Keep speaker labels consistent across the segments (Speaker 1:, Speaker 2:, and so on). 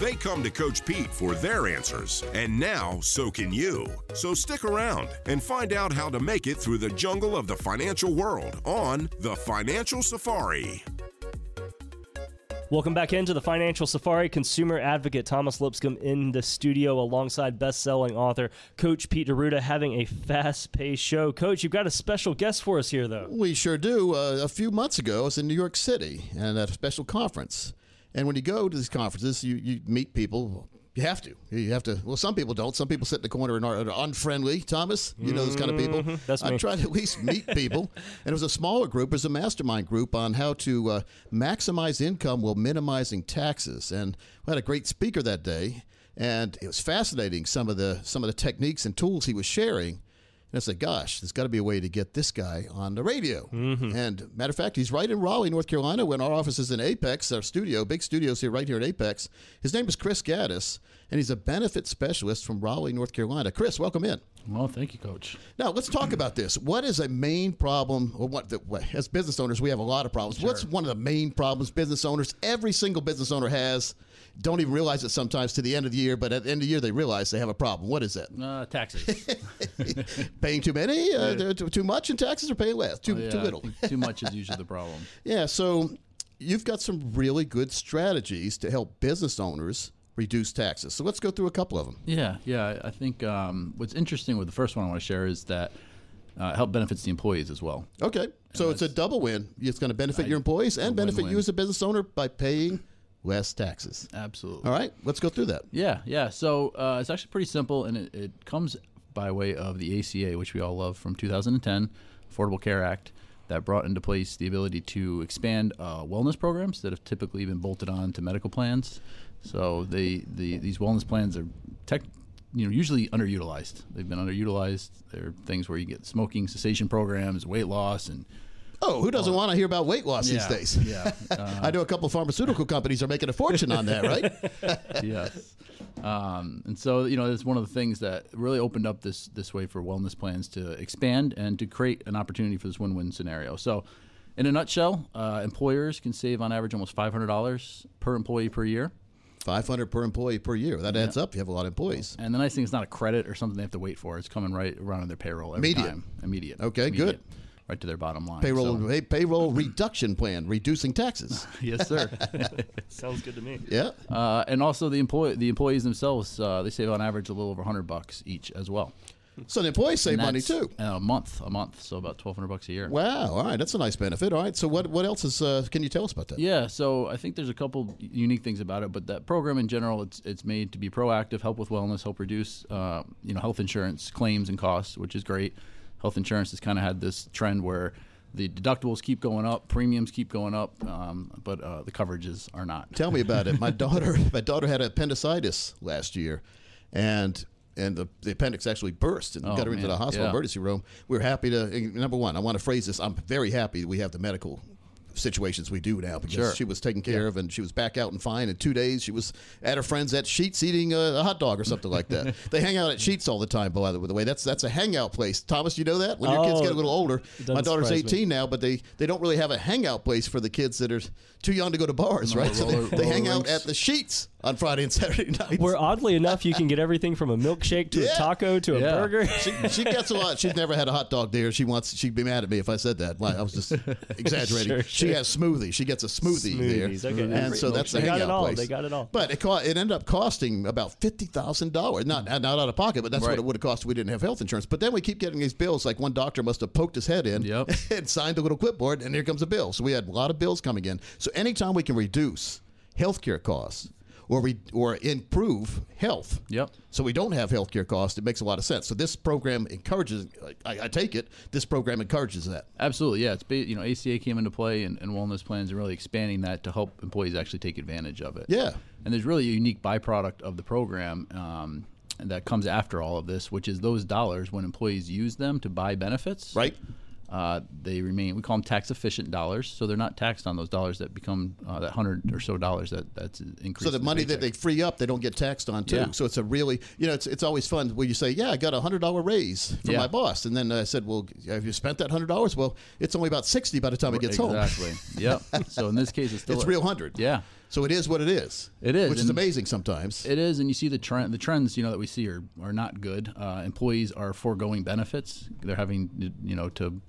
Speaker 1: They come to Coach Pete for their answers, and now so can you. So stick around and find out how to make it through the jungle of the financial world on The Financial Safari.
Speaker 2: Welcome back into the Financial Safari. Consumer advocate Thomas Lipscomb in the studio alongside best-selling author Coach Pete Deruta, having a fast-paced show. Coach, you've got a special guest for us here, though.
Speaker 3: We sure do. Uh, a few months ago, I was in New York City and at a special conference. And when you go to these conferences, you, you meet people. You have to. You have to. Well, some people don't. Some people sit in the corner and are, are unfriendly. Thomas, you know those kind of people.
Speaker 2: Mm-hmm. that's
Speaker 3: I
Speaker 2: me.
Speaker 3: try to at least meet people. and it was a smaller group. It was a mastermind group on how to uh, maximize income while minimizing taxes. And we had a great speaker that day. And it was fascinating some of the some of the techniques and tools he was sharing. And I said, gosh, there's got to be a way to get this guy on the radio. And matter of fact, he's right in Raleigh, North Carolina, when our office is in Apex, our studio, big studios here right here at Apex. His name is Chris Gaddis, and he's a benefit specialist from Raleigh, North Carolina. Chris, welcome in.
Speaker 4: Well, thank you, Coach.
Speaker 3: Now, let's talk about this. What is a main problem, or what, the, what- as business owners, we have a lot of problems. What's one of the main problems business owners, every single business owner has? Don't even realize it sometimes to the end of the year, but at the end of the year, they realize they have a problem. What is that?
Speaker 4: Uh, taxes.
Speaker 3: paying too many, uh, they're too, too much in taxes, or paying less, too,
Speaker 4: Oh, Yeah,
Speaker 3: too
Speaker 4: I
Speaker 3: little.
Speaker 4: think too much is usually the problem.
Speaker 3: Yeah, so you've got some really good strategies to help business owners reduce taxes. So let's go through a couple of them.
Speaker 4: Yeah, yeah. I- I think um, what's interesting with the first one I want to share is that uh, it help benefits the employees as well.
Speaker 3: Okay, so it's a double win. It's going to benefit your employees and benefit you
Speaker 4: win-win.
Speaker 3: as a business owner by paying less taxes.
Speaker 4: Absolutely.
Speaker 3: All right, let's go through that.
Speaker 4: Yeah, yeah. So uh, it's actually pretty simple, and it, it comes by way of the ACA, which we all love from 2010, Affordable Care Act, that brought into place the ability to expand uh, wellness programs that have typically been bolted on to medical plans. So they, the these wellness plans are tech, you know, usually underutilized. They've been underutilized. They're things where you get smoking cessation programs, weight loss, and
Speaker 3: Oh, who doesn't want to hear about weight loss
Speaker 4: Yeah,
Speaker 3: these days?
Speaker 4: yeah. Uh,
Speaker 3: I know a couple pharmaceutical companies are making a fortune on that, right?
Speaker 4: yes. Um, and so, you know, it's one of the things that really opened up this this way for wellness plans to expand and to create an opportunity for this win-win scenario. So, in a nutshell, uh, employers can save on average almost five hundred dollars per employee per year.
Speaker 3: 500 per employee per year. That adds up. You have a lot of employees.
Speaker 4: And the nice thing is not a credit or something they have to wait for. It's coming right around on their payroll every
Speaker 3: Immediate.
Speaker 4: time. Immediate.
Speaker 3: Okay, good.
Speaker 4: Immediate. Right to their bottom line.
Speaker 3: Payroll
Speaker 4: So-
Speaker 3: pay, payroll reduction plan, reducing taxes.
Speaker 4: yes, sir.
Speaker 2: Sounds good to me.
Speaker 3: Yeah.
Speaker 4: uh, and also the employ the employees themselves, uh, they save on average a little over hundred bucks each as well.
Speaker 3: So the employees save money
Speaker 4: That's-
Speaker 3: too.
Speaker 4: and a month, a month, so about twelve hundred bucks a year.
Speaker 3: Wow. All right. That's a nice benefit. All right. So what what else is uh, can you tell us about that?
Speaker 4: Yeah, so I think there's a couple unique things about it, but that program in general, it's it's made to be proactive, help with wellness, help reduce, uh, you know, health insurance claims and costs, which is great. Health insurance has kind of had this trend where the deductibles keep going up, premiums keep going up, um, but uh, the coverages are not.
Speaker 3: Tell me about it. My daughter my daughter had appendicitis last year, and and the, the appendix actually burst
Speaker 2: Oh,
Speaker 3: and got her into
Speaker 4: man.
Speaker 3: the hospital
Speaker 4: Yeah.
Speaker 3: emergency room. We're happy to and number one. I want to phrase this. I'm very happy that we have the medical situations we do now because
Speaker 4: Sure.
Speaker 3: she was taken care of and she was back out and fine in two days she was at her friend's at sheets eating a, a hot dog or something like that they hang out at sheets all the time by the way that's that's a hangout place thomas you know that when your kids
Speaker 2: Oh,
Speaker 3: get a little older
Speaker 2: doesn't
Speaker 3: my daughter's
Speaker 2: surprise me.
Speaker 3: 18 now, but they, they don't really have a hangout place for the kids that are too young to go to bars, right? So
Speaker 4: roller-
Speaker 3: they, they
Speaker 4: roller
Speaker 3: hang out
Speaker 4: rinks.
Speaker 3: at the sheets on Friday and Saturday nights.
Speaker 2: Where oddly enough, you can get everything from a milkshake to
Speaker 3: Yeah.
Speaker 2: a taco to a
Speaker 4: Yeah.
Speaker 2: burger.
Speaker 3: she, she gets a lot. She's never had a hot dog there. She wants. She'd be mad at me if I said that. Why, I was just exaggerating.
Speaker 2: Sure,
Speaker 3: She
Speaker 2: sure.
Speaker 3: has smoothie. She gets a smoothie
Speaker 2: Smoothies,
Speaker 3: there,
Speaker 2: okay.
Speaker 3: and so that's the
Speaker 2: They got
Speaker 3: hangout
Speaker 2: it all.
Speaker 3: place.
Speaker 2: They got it all.
Speaker 3: But it co- it ended up costing about fifty thousand dollars. Not not out of pocket, but that's what
Speaker 4: Right.
Speaker 3: it would have cost. if We didn't have health insurance. But then we keep getting these bills. Like one doctor must have poked his head in
Speaker 4: Yep.
Speaker 3: and signed a little clipboard, and here comes a bill. So we had a lot of bills coming in. So anytime we can reduce healthcare costs or re- or improve health.
Speaker 4: Yep.
Speaker 3: So we don't have health care costs. It makes a lot of sense. So this program encourages. I, I take it this program encourages that.
Speaker 4: Absolutely, yeah. It's ba- you know ACA came into play and, and wellness plans and really expanding that to help employees actually take advantage of it.
Speaker 3: Yeah.
Speaker 4: And there's really a unique byproduct of the program um, that comes after all of this, which is those dollars when employees use them to buy benefits.
Speaker 3: Right.
Speaker 4: Uh, they remain. We call them tax efficient dollars, so they're not taxed on those dollars that become uh, that hundred or so dollars that that's increased.
Speaker 3: So the
Speaker 4: in
Speaker 3: money
Speaker 4: paycheck.
Speaker 3: that they free up, they don't get taxed on too.
Speaker 4: Yeah.
Speaker 3: So it's a really, you know, it's, it's always fun when you say, "Yeah, I got a hundred dollar raise from
Speaker 4: Yeah.
Speaker 3: my boss," and then I said, "Well, have you spent that hundred dollars?" Well, it's only about sixty by the time it gets home.
Speaker 4: exactly. yep. So in this case, it's still
Speaker 3: It's
Speaker 4: a-
Speaker 3: real hundred.
Speaker 4: Yeah.
Speaker 3: So it is what it is.
Speaker 4: It is,
Speaker 3: which is
Speaker 4: and-
Speaker 3: amazing sometimes.
Speaker 4: It is, and you see the trend. The trends, you know, that we see are, are not good. Uh, employees are foregoing benefits. They're having, you know, to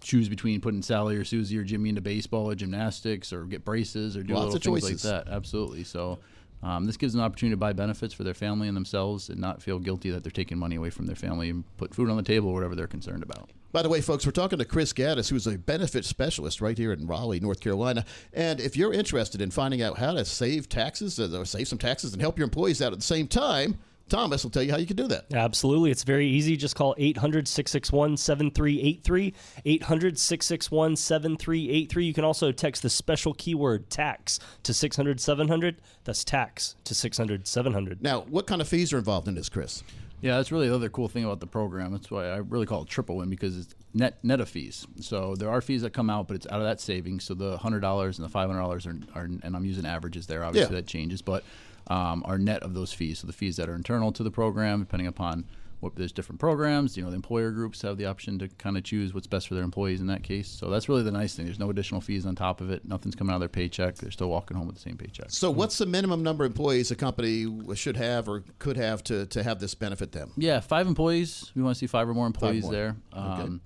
Speaker 4: choose between putting Sally or Susie or Jimmy into baseball or gymnastics or get braces or do
Speaker 3: Lots
Speaker 4: little
Speaker 3: of
Speaker 4: things
Speaker 3: choices.
Speaker 4: like that. Absolutely. So. Um, this gives them an opportunity to buy benefits for their family and themselves and not feel guilty that they're taking money away from their family and put food on the table or whatever they're concerned about.
Speaker 3: By the way, folks, we're talking to Chris Gaddis, who's a benefit specialist right here in Raleigh, North Carolina. And if you're interested in finding out how to save taxes uh, or save some taxes and help your employees out at the same time, Thomas will tell you how you can do that.
Speaker 2: Absolutely. It's very easy. Just call 800 661 7383. 800 661 7383. You can also text the special keyword tax to 600 700. That's tax to 600 700.
Speaker 3: Now, what kind of fees are involved in this, Chris?
Speaker 4: Yeah, that's really the other cool thing about the program. That's why I really call it triple win because it's net net of fees. So there are fees that come out, but it's out of that savings. So the hundred dollars and the five hundred dollars are, are, and I'm using averages there. Obviously,
Speaker 3: Yeah.
Speaker 4: that changes, but um, are net of those fees. So the fees that are internal to the program, depending upon what there's different programs. You know, the employer groups have the option to kind of choose what's best for their employees in that case. So that's really the nice thing. There's no additional fees on top of it. Nothing's coming out of their paycheck. They're still walking home with the same paycheck.
Speaker 3: So, what's the minimum number of employees a company should have or could have to, to have this benefit them?
Speaker 4: Yeah, five employees. We want to see five or more employees
Speaker 3: more.
Speaker 4: there. Um,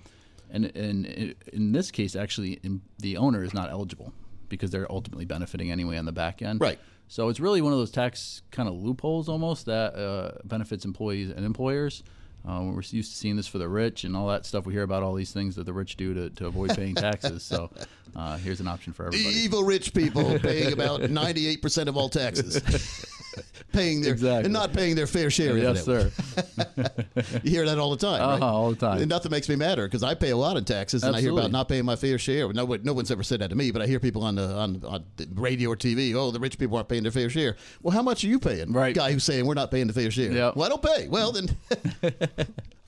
Speaker 4: And and i- in this case, actually, in, the owner is not eligible because they're ultimately benefiting anyway on the back end.
Speaker 3: Right.
Speaker 4: So it's really one of those tax kind of loopholes almost that uh, benefits employees and employers. Uh, we're used to seeing this for the rich and all that stuff. We hear about all these things that the rich do to, to avoid paying taxes. So uh, here's an option for everybody.
Speaker 3: Evil rich people paying about 98% of all taxes. paying their
Speaker 4: Exactly.
Speaker 3: and not paying their fair share.
Speaker 4: Yes,
Speaker 3: evidently.
Speaker 4: sir.
Speaker 3: You hear that all the time. right?
Speaker 4: Uh-huh, all the time.
Speaker 3: And nothing makes me madder because I pay a lot in taxes, and I hear about
Speaker 4: Absolutely.
Speaker 3: not paying my fair share. No, one- no one's ever said that to me, but I hear people on the on, on the radio or TV. Oh, the rich people aren't paying their fair share. Well, how much are you paying?
Speaker 4: Right.
Speaker 3: Guy who's saying we're not paying the fair share.
Speaker 4: Yeah.
Speaker 3: Well, I don't pay. Well, then.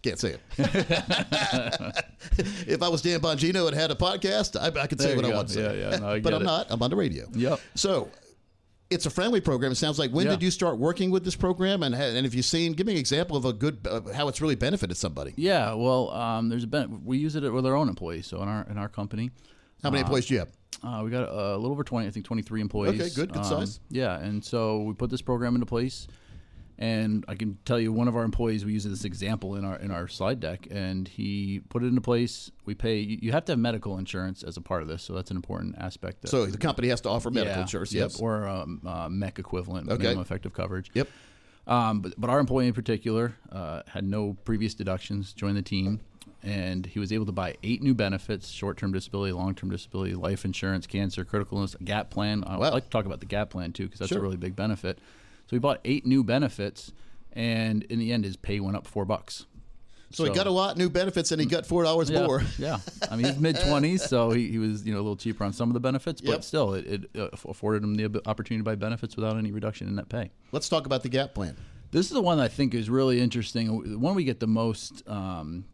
Speaker 3: Can't say it. if I was Dan Bongino and had a podcast, I, I could say
Speaker 4: There
Speaker 3: what
Speaker 4: you
Speaker 3: I
Speaker 4: go.
Speaker 3: want to say.
Speaker 4: Yeah, yeah, no, I
Speaker 3: but
Speaker 4: get
Speaker 3: I'm
Speaker 4: it.
Speaker 3: not. I'm on the radio.
Speaker 4: Yep.
Speaker 3: So it's a friendly program. It sounds like. When
Speaker 4: Yeah.
Speaker 3: did you start working with this program? And ha- and if you've seen, give me an example of a good uh, how it's really benefited somebody.
Speaker 4: Yeah. Well, um, there's a ben- we use it with our own employees. So in our in our company,
Speaker 3: How many employees do you have?
Speaker 4: Uh, we got uh, a little over 20, I think 23 employees. Um,
Speaker 3: Okay, good, good size.
Speaker 4: Yeah, and so we put this program into place. And I can tell you, one of our employees, we use this example in our in our slide deck, and he put it into place. We pay. You you have to have medical insurance as a part of this, so that's an important aspect. That,
Speaker 3: So the company has to offer medical
Speaker 4: Yeah,
Speaker 3: insurance.
Speaker 4: yep,
Speaker 3: Yes.
Speaker 4: or um, uh, MEC equivalent,
Speaker 3: Okay.
Speaker 4: minimum effective coverage.
Speaker 3: Yep.
Speaker 4: Um, but, but our employee in particular uh, had no previous deductions, joined the team, and he was able to buy eight new benefits short term disability, long term disability, life insurance, cancer, critical illness, a gap plan.
Speaker 3: Wow.
Speaker 4: I would like to talk about the gap plan too, because that's
Speaker 3: Sure.
Speaker 4: a really big benefit. So he bought eight new benefits, and in the end, his pay went up four bucks.
Speaker 3: So, he got a lot new benefits and he got four dollars
Speaker 4: Yeah,
Speaker 3: more.
Speaker 4: yeah. I mean, he's mid twenties, so he, he was you know a little cheaper on some of the benefits,
Speaker 3: Yep.
Speaker 4: but still, it, it uh, aff- afforded him the ab- opportunity to buy benefits without any reduction in net pay.
Speaker 3: Let's talk about the gap plan.
Speaker 4: This is the one I think is really interesting. uh, The one we get the most um,